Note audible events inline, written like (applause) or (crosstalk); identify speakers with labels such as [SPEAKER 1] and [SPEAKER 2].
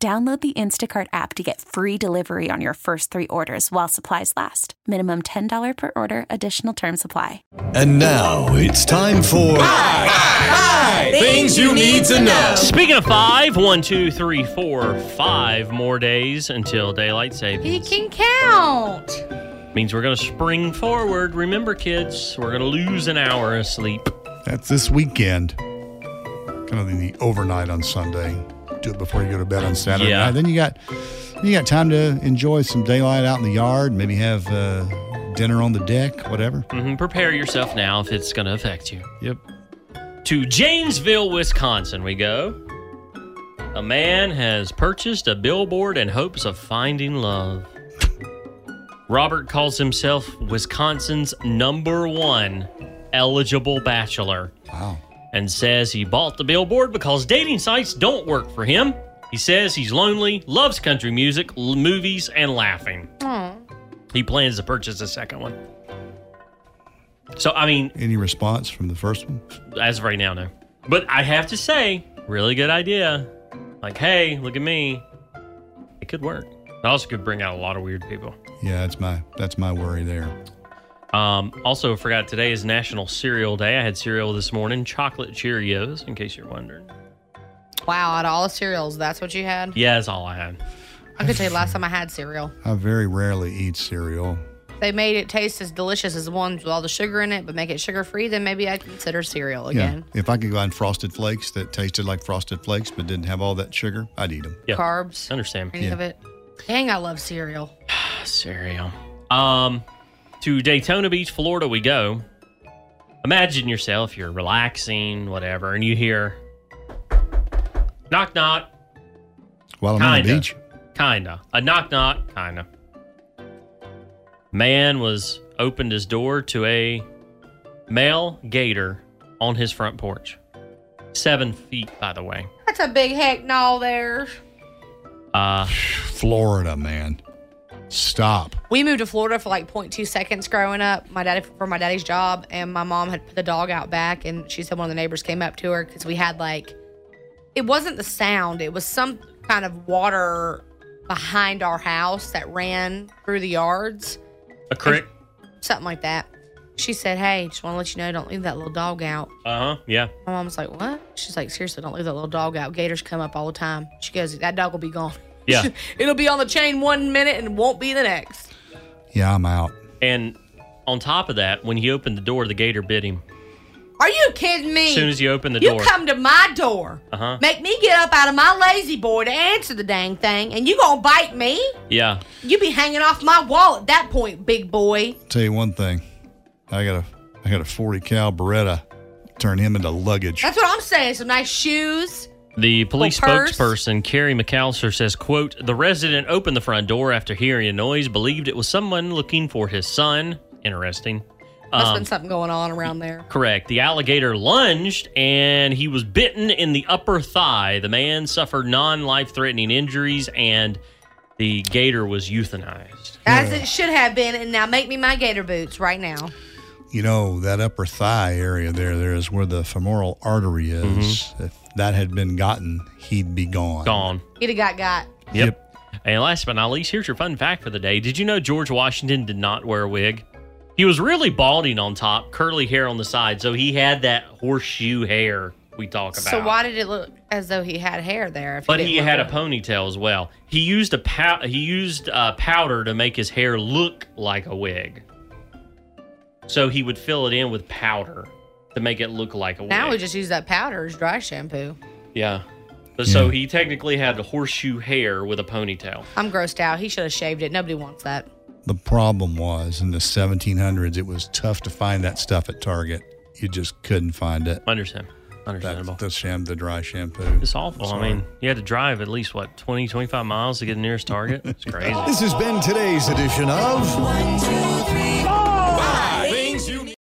[SPEAKER 1] Download the Instacart app to get free delivery on your first three orders while supplies last. Minimum $10 per order, additional term supply.
[SPEAKER 2] And now it's time for Things You Need to Know.
[SPEAKER 3] Speaking of five, one, two, three, four, five more days until daylight savings
[SPEAKER 4] He can count.
[SPEAKER 3] means we're going to spring forward. Remember, kids, we're going to lose an hour of sleep.
[SPEAKER 5] That's this weekend. Kind of in the overnight on Sunday. Do it before you go to bed on Saturday.
[SPEAKER 3] Yeah.
[SPEAKER 5] night. Then you got you got time to enjoy some daylight out in the yard. Maybe have uh, dinner on the deck, whatever.
[SPEAKER 3] hmm Prepare yourself now if it's going to affect you.
[SPEAKER 5] Yep.
[SPEAKER 3] To Janesville, Wisconsin, we go. A man has purchased a billboard in hopes of finding love. Robert calls himself Wisconsin's number one eligible bachelor.
[SPEAKER 5] Wow.
[SPEAKER 3] and says he bought the billboard because dating sites don't work for him. He says he's lonely, loves country music, l- movies, and laughing. He plans to purchase a second one. So, I mean,
[SPEAKER 5] Any response from the first one?
[SPEAKER 3] as of right now, no. But I have to say, really good idea. Like, hey, look at me. It could work. It also could bring out a lot of weird people.
[SPEAKER 5] Yeah, that's my that's my worry there.
[SPEAKER 3] Um, also, forgot today is National Cereal Day. I had cereal this morning, chocolate Cheerios, in case you're wondering.
[SPEAKER 4] Wow, out of all the cereals, that's what you had?
[SPEAKER 3] Yeah, that's all I had.
[SPEAKER 4] I could tell you last time I had cereal.
[SPEAKER 5] I very rarely eat cereal.
[SPEAKER 4] They made it taste as delicious as the ones with all the sugar in it, but make it sugar free, then maybe I'd consider cereal again.
[SPEAKER 5] Yeah. If I could find frosted flakes that tasted like frosted flakes but didn't have all that sugar, I'd eat them.
[SPEAKER 3] Yeah.
[SPEAKER 4] Carbs,
[SPEAKER 3] Understand.
[SPEAKER 4] any of it. Dang, I love cereal.
[SPEAKER 3] Cereal. Um, to Daytona Beach, Florida, we go. Imagine yourself, you're relaxing, whatever, and you hear knock knock,
[SPEAKER 5] While I'm on the
[SPEAKER 3] Kinda.
[SPEAKER 5] beach,
[SPEAKER 3] kinda. A knock knock, kinda. Man was opened his door to a male gator on his front porch. Seven feet, by the way.
[SPEAKER 4] That's a big heck no there.
[SPEAKER 3] Uh,
[SPEAKER 5] Florida, man. Stop.
[SPEAKER 4] We moved to Florida for like 0.2 seconds growing up. My daddy for my daddy's job, and my mom had put the dog out back, and she said one of the neighbors came up to her because we had like, it wasn't the sound, it was some kind of water behind our house that ran through the yards,
[SPEAKER 3] a
[SPEAKER 4] (laughs)
[SPEAKER 3] crick.
[SPEAKER 4] something like that. She said, "Hey, just want to let you know, don't leave that little dog out."
[SPEAKER 3] Uh huh. Yeah.
[SPEAKER 4] My mom was like, "What?" She's like, "Seriously, don't leave that little dog out. Gators come up all the time." She goes, "That dog will be gone.
[SPEAKER 3] Yeah.
[SPEAKER 4] (laughs) It'll be on the chain one minute and won't be the next."
[SPEAKER 5] Yeah, I'm out.
[SPEAKER 3] And on top of that, when he opened the door, the gator bit him.
[SPEAKER 4] Are you kidding me?
[SPEAKER 3] As soon as you open the
[SPEAKER 4] you
[SPEAKER 3] door.
[SPEAKER 4] come to my door,
[SPEAKER 3] Uh-huh.
[SPEAKER 4] make me get up out of my lazy boy to answer the dang thing, and you gonna bite me?
[SPEAKER 3] Yeah.
[SPEAKER 4] You be hanging off my wall at that point, big boy.
[SPEAKER 5] Tell you one thing. I got a I got a 40 cal Beretta. Turn him into luggage.
[SPEAKER 4] That's what I'm saying. Some nice shoes.
[SPEAKER 3] The police
[SPEAKER 4] Well, purse.
[SPEAKER 3] spokesperson Carrie McAllister says, quote, the resident opened the front door after hearing a noise, believed it was someone looking for his son. Interesting.
[SPEAKER 4] Must
[SPEAKER 3] Um,
[SPEAKER 4] been something going on around there.
[SPEAKER 3] Correct. The alligator lunged and he was bitten in the upper thigh. The man suffered non life threatening injuries and the gator was euthanized.
[SPEAKER 4] As it should have been, and now make me my gator boots right now.
[SPEAKER 5] You know, that upper thigh area there, there is where the femoral artery is. If that had been gotten, he'd be gone.
[SPEAKER 3] Mm-hmm. Gone.
[SPEAKER 4] He'd have got got.
[SPEAKER 3] Yep. And last but not least, here's your fun fact for the day. Did you know George Washington did not wear a wig? He was really balding on top, curly hair on the side, so he had that horseshoe hair we talk about.
[SPEAKER 4] So why did it look as though he had hair there? If
[SPEAKER 3] But
[SPEAKER 4] didn't
[SPEAKER 3] he
[SPEAKER 4] look
[SPEAKER 3] had a
[SPEAKER 4] like-
[SPEAKER 3] ponytail as well. He used a pow- he used uh, powder to make his hair look like a wig. So he would fill it in with powder to make it look like a wig.
[SPEAKER 4] Now we just use that powder as dry shampoo.
[SPEAKER 3] yeah. But so he technically had horseshoe hair with a ponytail.
[SPEAKER 4] I'm grossed out. He should have shaved it. Nobody wants that.
[SPEAKER 5] The problem was in the 1700s, it was tough to find that stuff at Target. You just couldn't find it.
[SPEAKER 3] Understand? Understandable.
[SPEAKER 5] That, the sham, the dry shampoo.
[SPEAKER 3] It's awful. I mean, you had to drive at least, what, 20, 25 miles to get the nearest Target? It's crazy.
[SPEAKER 2] This has been today's edition of Things You Need.